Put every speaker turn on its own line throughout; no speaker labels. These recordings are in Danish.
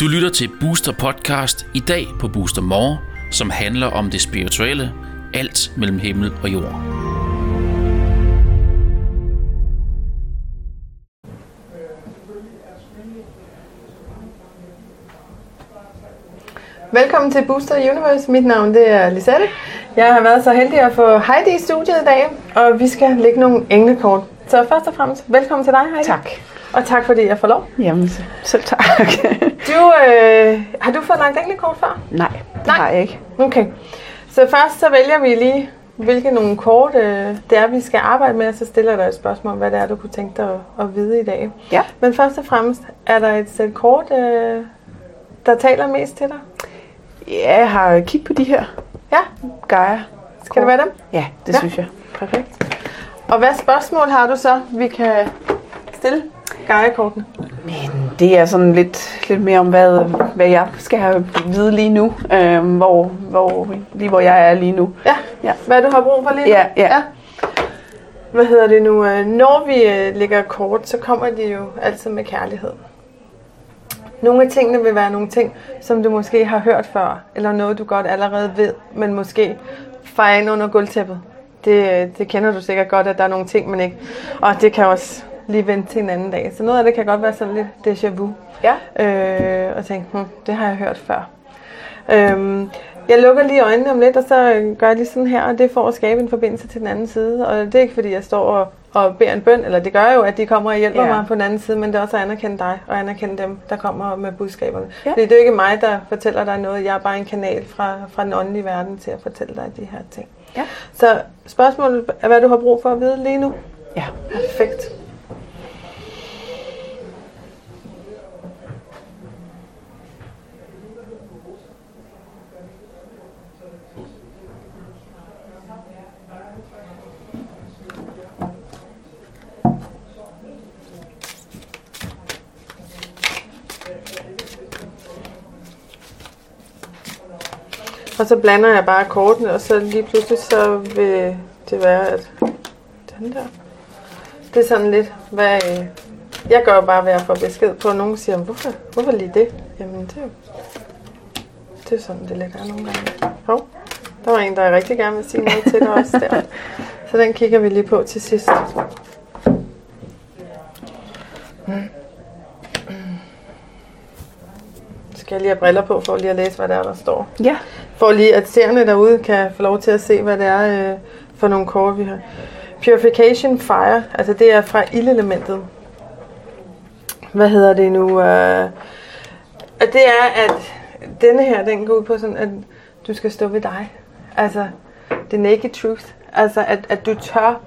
Du lytter til Booster Podcast i dag på Booster More, som handler om det spirituelle, alt mellem himmel og jord.
Velkommen til Booster Universe. Mit navn det er Lisette. Jeg har været så heldig at få Heidi i studiet i dag, og vi skal lægge nogle englekort. Så først og fremmest, velkommen til dig, Heidi.
Tak.
Og tak fordi jeg får lov.
Jamen, se- selv tak.
Du, øh, har du fået lagt englekort før?
Nej, det
Nej.
har jeg ikke.
Okay. Så først så vælger vi lige, hvilke nogle kort øh, det er, vi skal arbejde med, og så stiller jeg dig et spørgsmål om, hvad det er, du kunne tænke dig at, at vide i dag.
Ja.
Men først og fremmest, er der et sæt kort, øh, der taler mest til dig?
Ja, jeg har kigget på de her
Ja,
Gaia.
skal det være dem?
Ja,
Ja.
det ja. synes jeg.
Perfekt. Og hvad spørgsmål har du så, vi kan stille Gaia-kortene?
Men det er sådan lidt, lidt mere om, hvad, hvad jeg skal have at vide lige nu. Øhm, hvor, hvor, lige hvor jeg er lige nu.
Ja.
Ja.
Hvad du har brug for lige nu?
Ja, ja.
Hvad hedder det nu? øh, Når vi øh, lægger kort, så kommer de jo altid med kærlighed. Nogle af tingene vil være nogle ting, som du måske har hørt før, eller noget, du godt allerede ved, men måske fejrer ind under gulvtæppet. Det, øh, det kender du sikkert godt, at der er nogle ting, man ikke... Og det kan også lige vente til en anden dag. Så noget af det kan godt være sådan lidt déjà vu.
Ja.
øh, og tænkte, hm, det har jeg hørt før. Øhm, jeg lukker lige øjnene om lidt, og så øh, gør jeg lige sådan her, og det er for at skabe en forbindelse til den anden side. Og det er ikke fordi, jeg står og, og beder en bøn, eller det gør jeg jo, at de kommer og hjælper
Ja.
mig på den anden side, men det er også at anerkende dig, og anerkende dem, der kommer med budskaberne.
Ja.
Fordi det er jo ikke mig, der fortæller dig noget, jeg er bare en kanal fra, fra den åndelige verden til at fortælle dig de her ting.
Ja.
Så spørgsmålet er, hvad du har brug for at vide lige nu?
ja.
Perfekt. Og så blander jeg bare kortene, og så lige pludselig så vil det være, at den der. Det er sådan lidt, hvad... øh, Jeg gør jo bare, hvad jeg får besked på, og nogen siger, hvorfor, hvorfor lige det? Jamen, det er jo... Det er jo sådan, det lidt er nogle gange. Hov, der var en, der rigtig gerne vil sige noget til dig også der. Så den kigger vi lige på til sidst. Skal jeg lige have briller på, for lige at læse, hvad der er, der står.
Ja.
For lige at seerne derude kan få lov til at se, hvad det er øh, for nogle kort, vi har. Purification Fire, altså det er fra ildelementet. Hvad hedder det nu? Øh, og det er, at denne her, den går ud på sådan, at du skal stå ved dig. Altså, det naked truth. Altså, at, at du tør,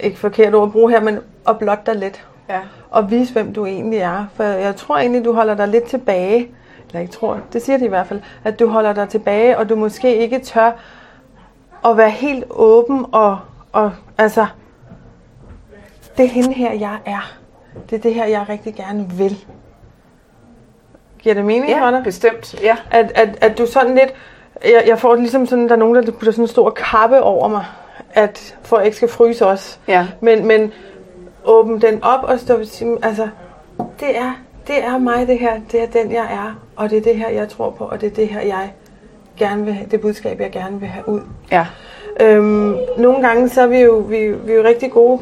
ikke forkert ord at bruge her, men at blotte dig lidt
Ja.
og vise, hvem du egentlig er. For jeg tror egentlig, du holder dig lidt tilbage. Eller ikke tror, det siger de i hvert fald. At du holder dig tilbage, og du måske ikke tør at være helt åben og, og altså, det er hende her, jeg er. Det er det her, jeg rigtig gerne vil. Giver det mening for dig?
ja bestemt. Ja.
at, at, at du sådan lidt, jeg, jeg får det ligesom sådan, der er nogen, der putter sådan en stor kappe over mig, at for at jeg ikke skal fryse også.
Ja.
Men, men åbne den op og stå ved sin, altså, det er, det er mig det her, det er den jeg er, og det er det her, jeg tror på, og det er det her, jeg gerne vil have, det budskab, jeg gerne vil have ud.
Ja.
Øhm, nogle gange så er vi jo, vi, vi er jo rigtig gode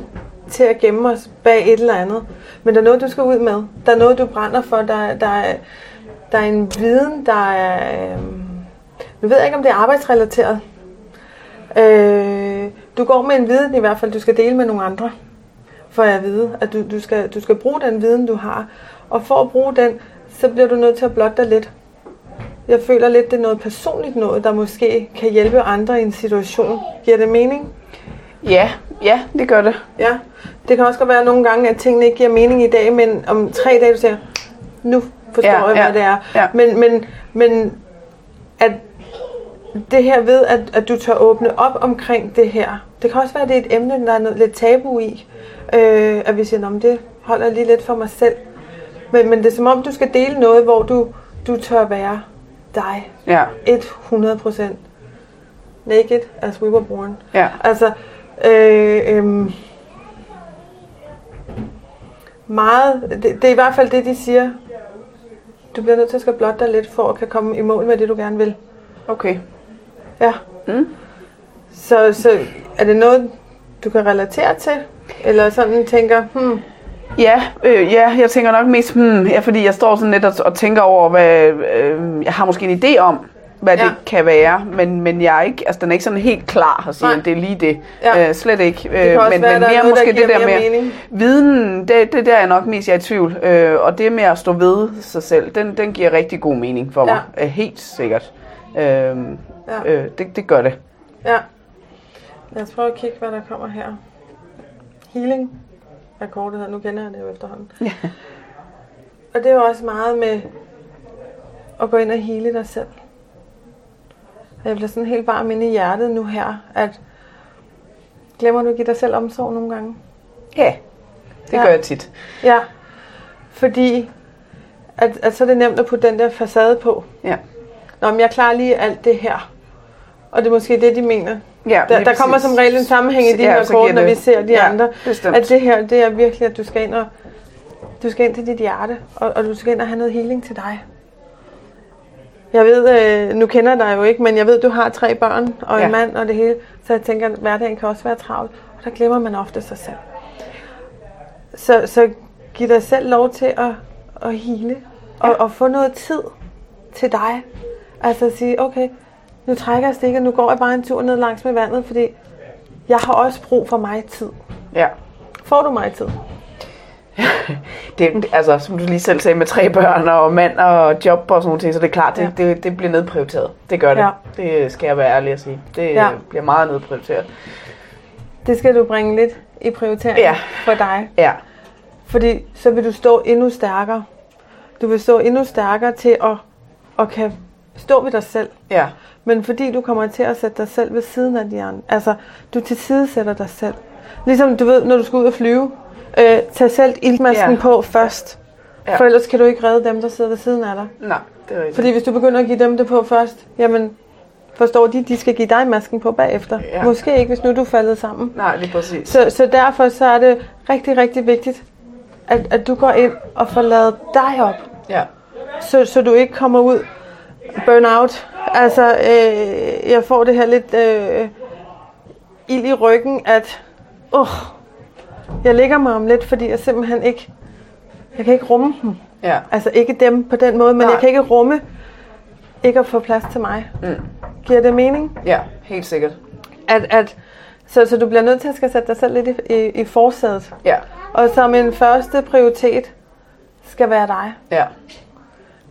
til at gemme os bag et eller andet. Men der er noget, du skal ud med. Der er noget, du brænder for. Der, der, er- der er en viden, der er... Øhm, nu ved jeg ikke, om det er arbejdsrelateret. Øh, du går med en viden i hvert fald, du skal dele med nogle andre. For at vide, at du, du, skal, du skal bruge den viden, du har. Og for at bruge den, så bliver du nødt til at blotte dig lidt. Jeg føler lidt, det er noget personligt noget, der måske kan hjælpe andre i en situation. Giver det mening?
Ja, ja, det gør det.
Ja. Det kan også godt være nogle gange, at tingene ikke giver mening i dag, men om tre dage, du siger, nu forstår
Ja,
jeg, hvad
ja,
det er.
ja.
Men, men, men at det her ved, at, at du tør åbne op omkring det her. Det kan også være, at det er et emne, der er noget, lidt tabu i. Øh, at vi siger, at det holder jeg lige lidt for mig selv. Men, men det er som om, du skal dele noget, hvor du, du tør være dig.
Ja.
100% naked as we were born.
Ja.
Altså, øh, øhm, meget, det, det er i hvert fald det, de siger. Du bliver nødt til at skal blotte dig lidt, for at kan komme i mål med det, du gerne vil.
Okay.
Ja.
Mm.
Så, så er det noget, du kan relatere til? Eller sådan tænker, hmm,
Ja, øh, ja, jeg tænker nok mest, hmm, ja, fordi jeg står sådan lidt og, og tænker over, hvad, øh, jeg har måske en idé om, hvad ja.
Ja.
det kan være, men, men jeg er ikke, altså den er ikke sådan helt klar at sige,
Nej.
at det er lige det.
Ja.
Øh, slet ikke. Øh,
det kan også
men,
være,
men
der er
mere
noget,
måske
der giver
det der
mere
med
mening.
viden, det, det der er nok mest, jeg er i tvivl. Øh, og det med at stå ved sig selv, den, den giver rigtig god mening for mig. Øh, helt sikkert. Øh, ja. øh, det, det gør det.
Ja. Lad os prøve at kigge, hvad der kommer her. Healing er kortet her. Nu kender jeg det jo efterhånden. Ja. Og det er jo også meget med at gå ind og hele dig selv. Og jeg bliver sådan helt varm inde i hjertet nu her, at glemmer du at give dig selv omsorg nogle gange?
Ja, det ja.
Ja.
gør jeg tit.
Ja. Fordi at, at så er det nemt at putte den der facade på.
Ja.
Nå, men jeg klarer lige alt det her. Og det er måske det, de mener.
Ja,
Der,
lige
der kommer
præcis.
som regel en sammenhæng i de
Ja,
ja, her
så giver
kort, når
det-
vi ser de
ja,
andre.
bestemt.
At det her, det er virkelig, at du skal ind og du skal ind til dit hjerte, og, og du skal ind og have noget healing til dig. Jeg ved, øh, nu kender jeg dig jo ikke, men jeg ved, du har tre børn og
Ja.
en mand og det hele. Så jeg tænker, at hverdagen kan også være travl, og der glemmer man ofte sig selv. Så, så giv dig selv lov til at, at hele og, og få noget tid til dig. Altså at sige, okay, nu trækker jeg stikket, nu går jeg bare en tur ned langs med vandet, fordi jeg har også brug for mig tid.
Ja.
Får du mig tid?
det, det- altså, som du lige selv sagde, med tre børn og mand og job og sådan nogle ting, så det er klart, det, ja.
Ja.
det, det bliver nedprioriteret. Det gør det. Ja.
Ja.
Det skal jeg være ærlig at sige. Det ja.
Ja.
bliver meget nedprioriteret.
Det skal du bringe lidt i prioritering
Ja.
ja. for dig.
Ja,
Fordi så vil du stå endnu stærkere. Du vil stå endnu stærkere til at, at kan stå ved dig selv.
ja,
Men fordi du kommer til at sætte dig selv ved siden af de andre. Altså, du tilsidesætter dig selv. Ligesom du ved, når du skal ud og flyve. Øh, tag selv ildmasken
Ja.
ja. på først.
Ja.
Ja. For ellers kan du ikke redde dem, der sidder ved siden af dig.
nej, det er rigtigt.
Fordi hvis du begynder at give dem det på først, jamen forstår de, de skal give dig masken på bagefter.
Ja.
Ja. Måske ikke, hvis nu du er faldet sammen.
Nej, lige præcis.
Så, så derfor så er det rigtig, rigtig vigtigt, at, at du går ind og får lavet dig op,
Ja,
så, så du ikke kommer ud burnout. Altså, øh, jeg får det her lidt øh, ild i ryggen, at uh, jeg ligger mig om lidt, fordi jeg simpelthen ikke, jeg kan ikke rumme dem.
ja,
Altså ikke dem på den måde, men
Nej.
Nej. jeg kan ikke rumme ikke at få plads til mig. Mm. Giver det mening?
ja, helt sikkert.
At, at, så, så du bliver nødt til at skal sætte dig selv lidt i, i, i forsædet.
Ja,
Og som en første prioritet skal være dig.
ja,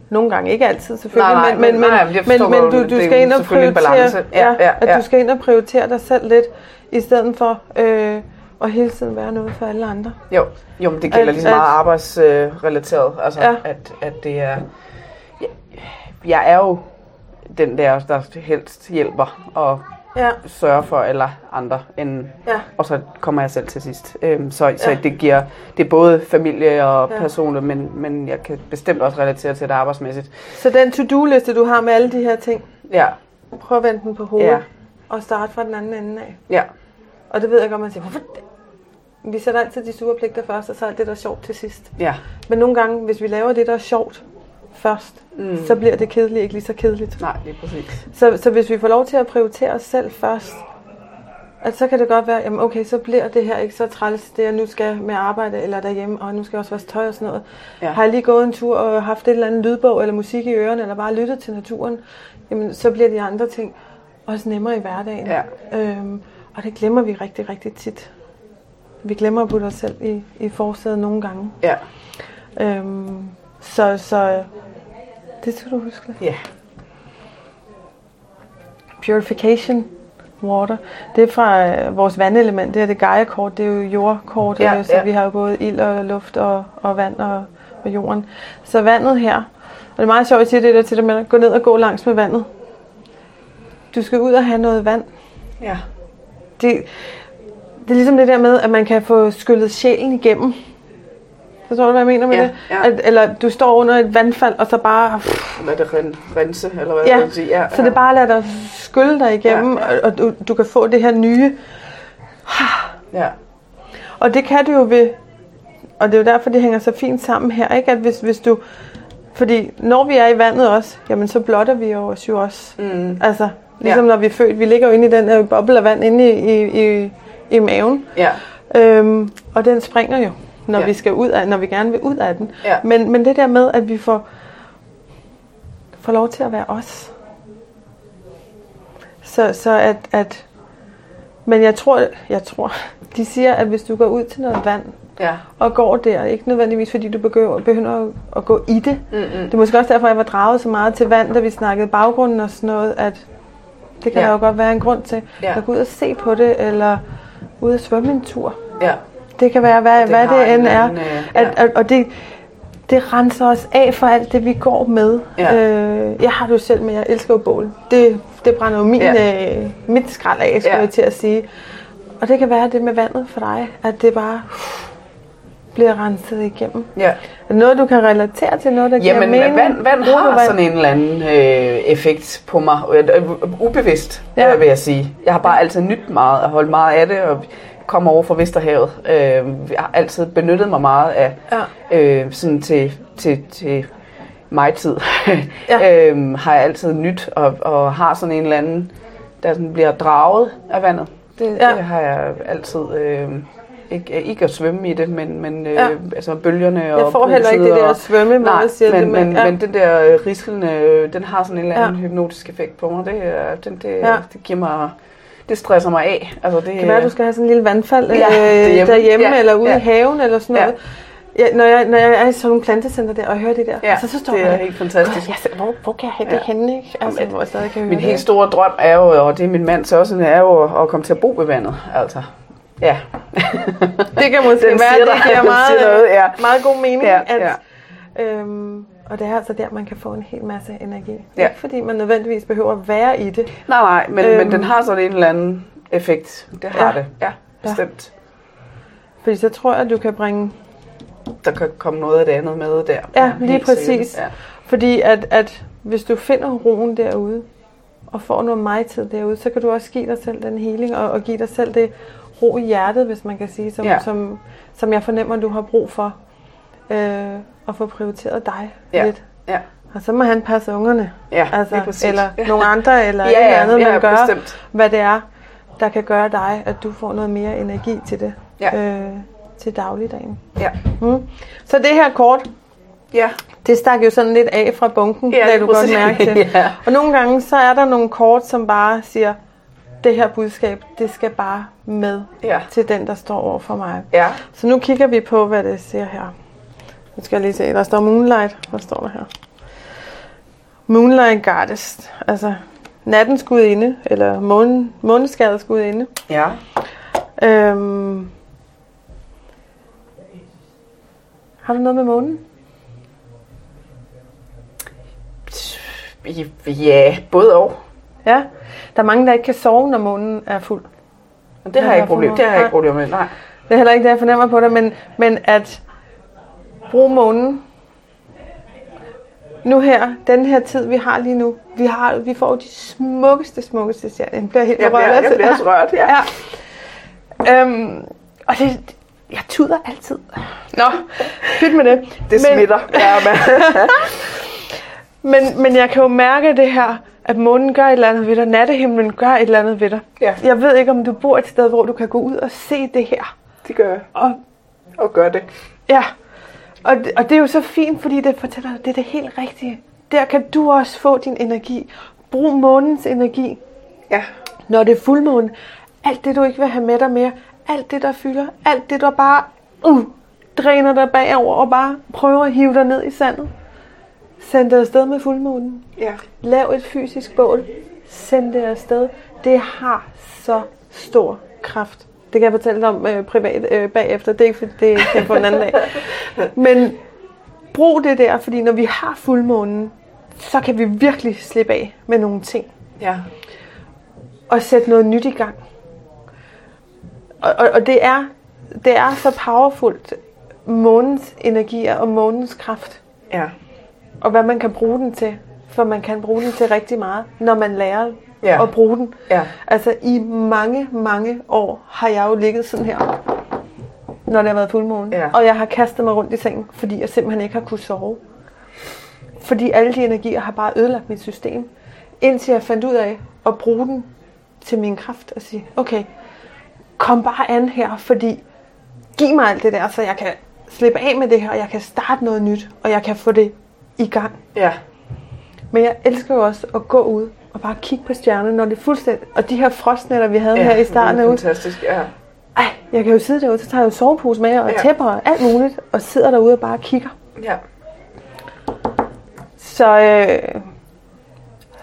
Nogle gange, ikke altid selvfølgelig,
Nej, nej,
men, men,
men- nej, men jeg
men,
forstår
men
godt,
du,
det er
du
jo
skal ind og
selvfølgelig en
prioritere,
balance. Ja, ja, ja.
at du skal ind og prioritere dig selv lidt, i stedet for øh, at hele tiden være noget for alle andre.
jo. Jo, men det gælder
At-
lige så meget
at-
arbejdsrelateret. Altså, ja.
Ja.
at, at det er... Jeg, jeg er jo den der, der helst hjælper og
Ja,
sørge for alle andre, end,
Ja.
og så kommer jeg selv til sidst. Øhm, så så
Ja.
det giver, det er både familie og ja.
Ja.
personligt, men, men jeg kan bestemt også relatere til det arbejdsmæssigt.
så den to-do-liste, du har med alle de her ting,
Ja,
prøv at vende den på hovedet,
Ja.
ja. og starte fra den anden ende af.
ja,
Og det ved jeg godt, man siger, hvorfor? Vi sætter altid de sure pligter først, og så er det, der er sjovt til sidst.
ja,
Men nogle gange, hvis vi laver det, der er sjovt først, mm. så bliver det kedeligt ikke lige så kedeligt.
nej, lige præcis.
Så, så hvis vi får lov til at prioritere os selv først, at så kan det godt være, jamen okay, så bliver det her ikke så træls, det jeg nu skal med arbejde eller derhjemme, og nu skal jeg også vaske tøj og sådan noget.
Ja.
Ja. Har jeg lige gået en tur og haft et eller andet lydbog eller musik i ørerne, eller bare lyttet til naturen, jamen så bliver de andre ting også nemmere i hverdagen.
Ja.
Øhm, og det glemmer vi rigtig, rigtig tit. Vi glemmer at putte os selv i, i forsædet nogle gange.
Ja,
Øhm, så, så det skal du huske.
ja,
Purification water. Det er fra øh, vores vandelement. Det her det Gaia-kort, det er jo jordkort,
Ja,
ja, så
ja.
vi har jo både ild og luft og, og vand og, og jorden. Så vandet her, og det er meget sjovt, at sige det der til dig med at gå ned og gå langs med vandet. Du skal ud og have noget vand.
ja,
Det, det er ligesom det der med, at man kan få skyllet sjælen igennem. Forstår du, hvad jeg mener med
Ja,
det?
ja.
At, eller du står under et vandfald, og så bare
lad det ren- rense, eller hvad
Ja,
man sige. Ja,
så det bare lader dig skylle dig igennem,
Ja, ja.
ja. og du, du kan få det her nye.
Ja,
Og det kan du jo ved Og det er jo derfor, det hænger så fint sammen her, ikke? At hvis, hvis du... Fordi når vi er i vandet også, jamen så blotter vi jo os jo også. Mm. Altså, ligesom ja. når vi er født. Vi ligger jo inde i den her boble af vand inde i, i, i, i maven.
Ja.
Øhm, og den springer jo, når
Ja.
vi skal ud af, når vi gerne vil ud af den.
Ja.
Men, men det der med, at vi får, får lov til at være os. Så, så at, at, men jeg tror, jeg tror, de siger, at hvis du går ud til noget vand,
Ja.
og går der, ikke nødvendigvis fordi du begynder, begynder at- at gå i det. Mm-hmm. Det er måske også derfor, jeg var draget så meget til vand, da vi snakkede baggrunden og sådan noget, at det kan
Ja.
ja. der jo godt være en grund til.
Ja.
Ja. At gå ud og se på det, eller ud og svømme en tur.
Ja.
Det kan være, hvad
Det
det, hvad
har
det
en
end er.
anden, øh,
At,
ja.
at, og det, det renser os af for alt det, vi går med.
Ja.
Øh, jeg har det jo selv med, jeg elsker jo bål. Det, det brænder jo min,
Ja.
ja. øh, mit skrald af, skulle
Ja.
ja. jeg til at sige. Og det kan være det med vandet for dig, at det bare uff, bliver renset igennem.
Ja.
Er det noget, du kan relatere til? Noget, der giver
Jamen,
mening?
vand, vand
Bruger du
har sådan en eller anden øh, effekt på mig. Øh, øh, Ubevidst, ja.
Ja.
øh, vil jeg sige. Jeg har bare altid nydt meget og holdt meget af det, og kommer over fra Vesterhavet. Øh, jeg har altid benyttet mig meget af, ja. øh, sådan til, til, til mig tid. ja.
Ja.
øh, har jeg altid nyt, og, og har sådan en eller anden, der sådan bliver draget af vandet. Det, ja.
Ja.
det har jeg altid... Øh, ikke, ikke at svømme i det, men, men ja.
Ja.
øh, altså bølgerne og
Jeg får heller ikke
bruset
det der
og-
svømme, hvor
Nej,
jeg siger
men,
det,
men,
men-
men,
ja.
men den der øh, rislen, øh, den har sådan en eller anden ja.
Ja.
hypnotisk effekt på mig. Det, er- den, det, ja.
Ja.
det giver mig, det stresser mig af. Altså, det,
Det kan være, at du skal have sådan en lille vandfald
Ja,
ja,
derhjemme.
derhjemme, derhjemme
Ja,
ja, eller ude
ja.
ja. i haven eller sådan
Ja.
noget. Ja. når, jeg, når jeg er i sådan nogle plantecenter der og hører det der,
Ja,
Altså, så, så står
det
jeg
er helt fantastisk.
"Gud, jeg, hvor, hvor kan jeg have det ja.
Ja.
henne? Ikke? Altså,
Jamen,
hvor jeg stadig kan høre
Min
det.
helt store drøm er jo, og det er min mands også, er jo at- at komme til at bo ved vandet. Altså, ja.
Det kan måske
Den
være,
siger dig-
det giver
den
meget,
siger noget, ja.
ja. meget god mening.
Ja,
Ja, at,
ja.
ja. Øhm, og det er altså der, man kan få en hel masse energi.
Ja.
Ja. Ikke fordi man nødvendigvis behøver at være i det.
Nej, nej, men, øhm. men
Øhm.
den har sådan en eller anden effekt. Det har ja.
Ja.
det, ja, bestemt.
Fordi så tror jeg, at du kan bringe...
Der kan komme noget af det andet med der.
Ja, lige
helt
præcis.
sikkert.
Fordi at, at hvis du finder roen derude, og får noget mig-tid derude, så kan du også give dig selv den healing, og, og give dig selv det ro i hjertet, hvis man kan sige, som,
Ja.
ja. som, som jeg fornemmer, du har brug for. Øh, at få prioriteret dig
Ja.
lidt.
Ja, ja.
Og så må han passe ungerne.
Ja, lige præcis.
altså, eller
Ja.
nogle andre, eller
Ja,
ja, et eller
ja,
andet,
ja,
man gør,
bestemt.
hvad det er, der kan gøre dig, at du får noget mere energi til det,
Ja.
øh, til dagligdagen.
ja.
Mm. Så det her kort,
ja.
det stak jo sådan lidt af fra bunken,
Ja,
ja,
lige
lagde du godt
præcis.
mærke til.
Ja.
Og nogle gange, så er der nogle kort, som bare siger, det her budskab, det skal bare med
Ja.
til den, der står over for mig.
ja.
Så nu kigger vi på, hvad det siger her. Nu skal jeg lige se, der står Moonlight. Hvad står der her? Moonlight Goddess. Altså nattens gudinde, eller månen, måneskadets gudinde.
ja.
Øhm, har du noget med månen?
Ja, både og.
Ja. Der er mange, der ikke kan sove, når månen er fuld.
Men det har jeg ikke problem. Det har jeg ikke problem med. Nej.
Det er heller ikke det, jeg fornemmer på dig, men, men at bruge månen nu her, den her tid, vi har lige nu, vi, har, vi får jo de smukkeste, smukkeste stjerner. Jeg bliver helt
Jeg bliver,
berørt
jeg
altså.
bliver også rørt. Ja.
Ja. Øhm, og det, jeg tuder altid. Nå, pyt med det.
Det
Men-
smitter. Ja, men,
Men, men jeg kan jo mærke det her, at månen gør et eller andet ved dig, nattehimlen gør et eller andet ved dig.
Ja.
Jeg ved ikke, om du bor et sted, hvor du kan gå ud og se det her.
det gør jeg.
Og
Og gør det.
Ja, og det, og det er jo så fint, fordi det fortæller dig, det er det helt rigtige. Der kan du også få din energi. Brug månens energi,
Ja.
når det er fuldmåne. Alt det, du ikke vil have med dig mere. Alt det, der fylder. Alt det, der bare uh, dræner dig bagover og bare prøver at hive dig ned i sandet. Send dig afsted med fuldmånen.
Ja.
Lav et fysisk bål. Send det afsted. Det har så stor kraft. Det kan jeg fortælle dig om øh, privat øh, bagefter. Det er ikke, for- det kan jeg få en anden dag. Men brug det der, fordi når vi har fuldmånen, så kan vi virkelig slippe af med nogle ting.
Ja.
Og sætte noget nyt i gang. Og, og, og det, er, det er så powerfult. Månens energier og månens kraft
Ja.
og hvad man kan bruge den til. For man kan bruge den til rigtig meget, når man lærer
Ja.
at bruge den.
Ja.
Altså i mange, mange år har jeg jo ligget sådan her. når det har været fuldmåne.
Ja.
Og jeg har kastet mig rundt i sengen, fordi jeg simpelthen ikke har kunnet sove. Fordi alle de energier har bare ødelagt mit system. Indtil jeg fandt ud af at bruge den til min kraft og sige, okay, kom bare an her, fordi giv mig alt det der, så jeg kan slippe af med det her, og jeg kan starte noget nyt, og jeg kan få det i gang.
Ja.
Men jeg elsker jo også at gå ud og bare kigge på stjernerne, når det er fuldstændig... Og de her frostnætter, vi havde ja, her i starten af
det er
ugen,
fantastisk, ja.
ej, jeg kan jo sidde derude, så tager jeg jo sovepose med og
Ja.
tæpper og alt muligt, og sidder derude og bare kigger.
ja.
Så øh,
Der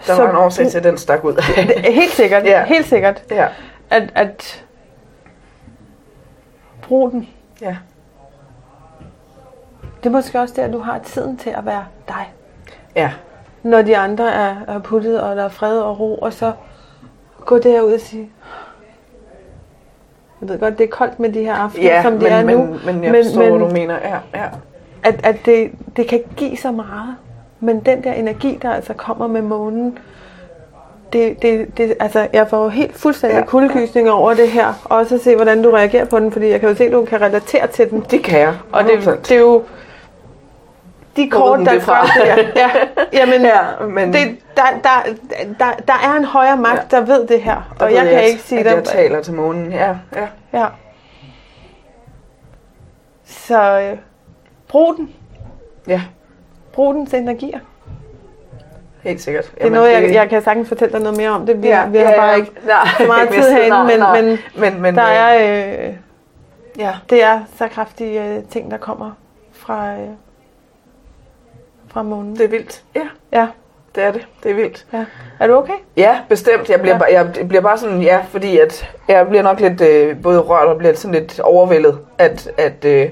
Så-
var en årsag til, at den stak ud.
helt sikkert,
Ja.
helt sikkert,
ja.
at, at bruge den.
Ja.
Det er måske også der, du har tiden til at være dig.
Ja.
Når de andre er, er puttet, og der er fred og ro, og så gå derud og sige, jeg ved godt, det er koldt med de her aftener,
Ja,
som det
men,
er
men,
nu.
men jeg forstår, men, hvad du mener. Ja, ja.
at, at det, det kan give så meget, men den der energi, der altså kommer med månen, det, det, det, altså, jeg får jo helt fuldstændig ja.
Ja.
kuldegysning over det her, og også at se, hvordan du reagerer på den, fordi jeg kan jo se, at du kan relatere til den.
Det kan jeg.
Og det, det er jo de
Hvor
kort,
ved den
der
det fra?
det der. Ja, jamen,
Ja, men-
det, der, der, der, der er en højere magt, der ved det her, og jeg kan ikke sige
at jeg
det.
taler til månen. Ja, ja.
Ja. Så øh, brug den.
Ja,
Brug dens energier.
helt sikkert.
Det er noget, jeg, jeg kan sagtens fortælle dig noget mere om. Det, vi, ja, vi har bare ikke.
nej,
så meget
ikke
tid
vidst,
herinde, men- men
men, men
Der
øh,
er, øh,
ja,
det er så kraftige øh, ting, der kommer fra, øh, fra månen.
det er vildt. Ja,
Ja,
det er det. Det er vildt.
ja. Er du okay?
Ja, bestemt. Jeg bliver,
Ja.
ja. Bare, jeg, jeg bliver bare sådan, ja, fordi at jeg bliver nok lidt øh, både rørt og bliver sådan lidt overvældet, at, at, øh,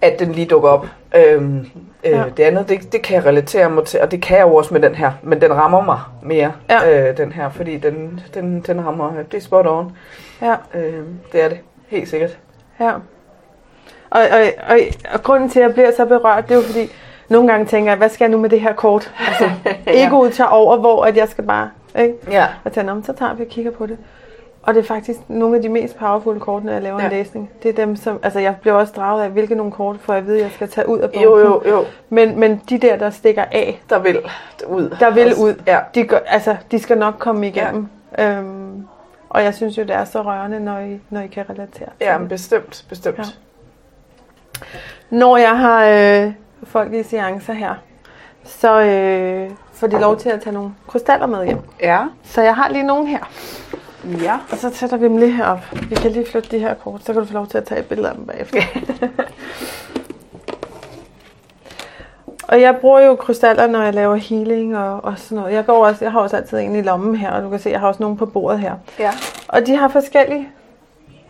at den lige dukker op. Øhm, øh,
Ja.
ja. Det andet, det, det kan jeg relatere mig til, og det kan jeg jo også med den her, men den rammer mig mere,
Ja.
ja. øh, den her, fordi den, den, den rammer, øh, det er spot on.
Ja,
Øh, det er det, helt sikkert.
ja. Og, og, og, og grunden til, at jeg bliver så berørt, det er jo fordi, nogle gange tænker jeg, hvad skal jeg nu med det her kort? Altså, egoet tager over, hvor at jeg skal bare... Ikke?
Ja,
Og tænker, "Nå, men så tager vi og kigger på det. Og det er faktisk nogle af de mest powerful kort, når jeg laver ja. en
Ja.
læsning. Det er dem, som... Altså, jeg bliver også draget af, hvilke nogle kort, for jeg ved, jeg skal tage ud af
jo, jo, jo,
Men, men de der, der stikker af,
der vil ud.
Der vil ud.
Ja,
de, gør, altså, de skal nok komme igennem. Ja. Øhm, og jeg synes jo, det er så rørende, når I, når I kan relatere. til
ja
det.
bestemt, bestemt.
Ja. Når jeg har øh, folk i seancer her, så øh, får de lov til at tage nogle krystaller med hjem.
Ja,
Så jeg har lige nogle her.
ja.
Og så sætter vi dem lige herop. Vi kan lige flytte de her kort, så kan du få lov til at tage et billede af dem bagefter. og jeg bruger jo krystaller, når jeg laver healing og, og sådan noget. Jeg, går også, jeg har også altid en i lommen her, og du kan se, jeg har også nogle på bordet her.
Ja.
Og de har forskellige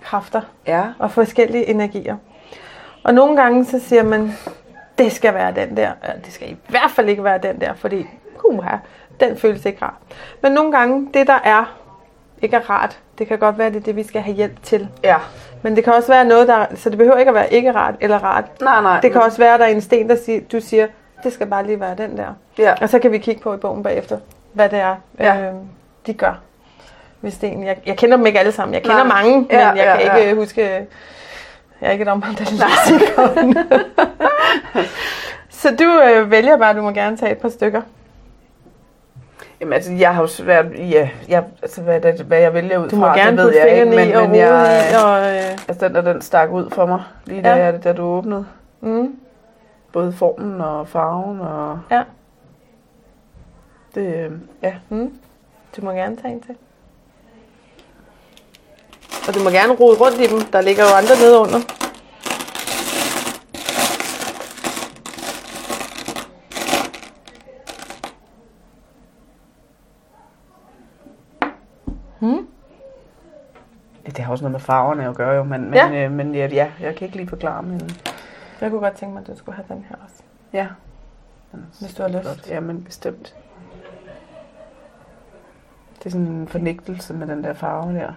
kræfter
Ja.
og forskellige energier. Og nogle gange så siger man, det skal være den der, eller det skal i hvert fald ikke være den der, fordi uha, den føles ikke rar. Men nogle gange, det der er, ikke er rart, det kan godt være, det er det, vi skal have hjælp til.
Ja.
Men det kan også være noget, der, så det behøver ikke at være ikke rart eller rart.
Nej, nej.
Det kan også være, at der er en sten, der siger, du siger, det skal bare lige være den der.
Ja.
Og så kan vi kigge på i bogen bagefter, hvad det er,
Ja.
øh, de gør. Hvis det er en, jeg, jeg kender dem ikke alle sammen. Jeg kender
Nej.
mange, men
Ja,
jeg
ja,
kan
ja.
ikke øh, huske... Jeg er ikke et område, der læser Så du øh, vælger bare, du må gerne tage et par stykker.
Jamen, altså, jeg har jo svært... Ja, jeg, altså, hvad, det, hvad jeg vælger ud
Du må
fra,
gerne
det ved
putte
jeg ikke,
fingrene
men,
i og
men
rode
jeg...
i. Og, øh,
Altså, den der, den stak ud for mig, lige
Ja.
da, ja. da du åbnede.
mm,
Både formen og farven og...
Ja.
Det, øh, ja.
mm. Du må gerne tage en til. Og du må gerne rode rundt i dem. Der ligger jo andre nede under.
ja. Det har også noget med farverne at gøre, jo, men, men,
Ja.
ja. Øh, men ja, ja, jeg kan ikke lige forklare men
Jeg kunne godt tænke mig, at du skulle have den her også.
Ja.
Hvis du har lyst.
Godt. Ja, men bestemt. Det er sådan en fornægtelse med den der farve der. Ja.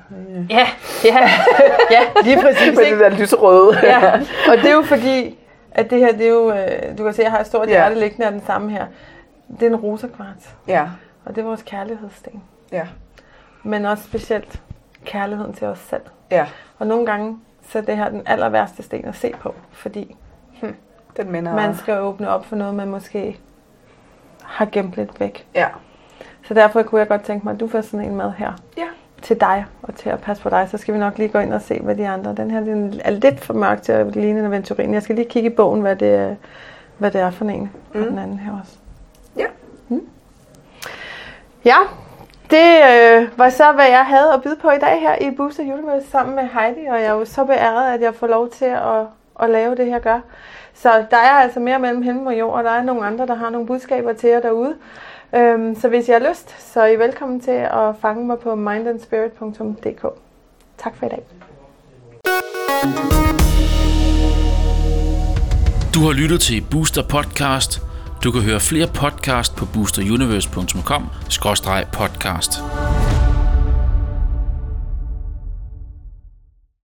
Ja, ja, ja, lige præcis.
Med det
Ikke?
der lyserøde.
Ja. Og det er jo fordi, at det her, det er jo, øh, du kan se, jeg har et stort
Ja.
hjerte liggende af den samme her. Det er en rosakvart,
ja.
og det er vores kærlighedssten.
Ja.
Men også specielt kærligheden til os selv.
Ja.
Og nogle gange, så det her er den aller værste sten at se på, fordi
Den minder...
man skal åbne op for noget, man måske har gemt lidt væk.
Ja.
Så derfor kunne jeg godt tænke mig, at du får sådan en med her
Ja.
til dig og til at passe på dig. Så skal vi nok lige gå ind og se, hvad de andre... Den her den er lidt for mørk til at ligne en aventurin. Jeg skal lige kigge i bogen, hvad det, hvad det er for en. Mm. Og den anden her også.
Ja.
Ja, det øh, var så, hvad jeg havde at byde på i dag her i Booster Universe sammen med Heidi, og jeg er jo så beæret, at jeg får lov til at, at lave det, jeg gør. Så der er altså mere mellem himmel og jord, og der er nogle andre, der har nogle budskaber til jer derude. Øhm, så hvis I har lyst, så er I velkommen til at fange mig på mindandspirit.dk. Tak for i dag.
Du har lyttet til Booster Podcast. Du kan høre flere podcast på boosteruniverse.com-podcast.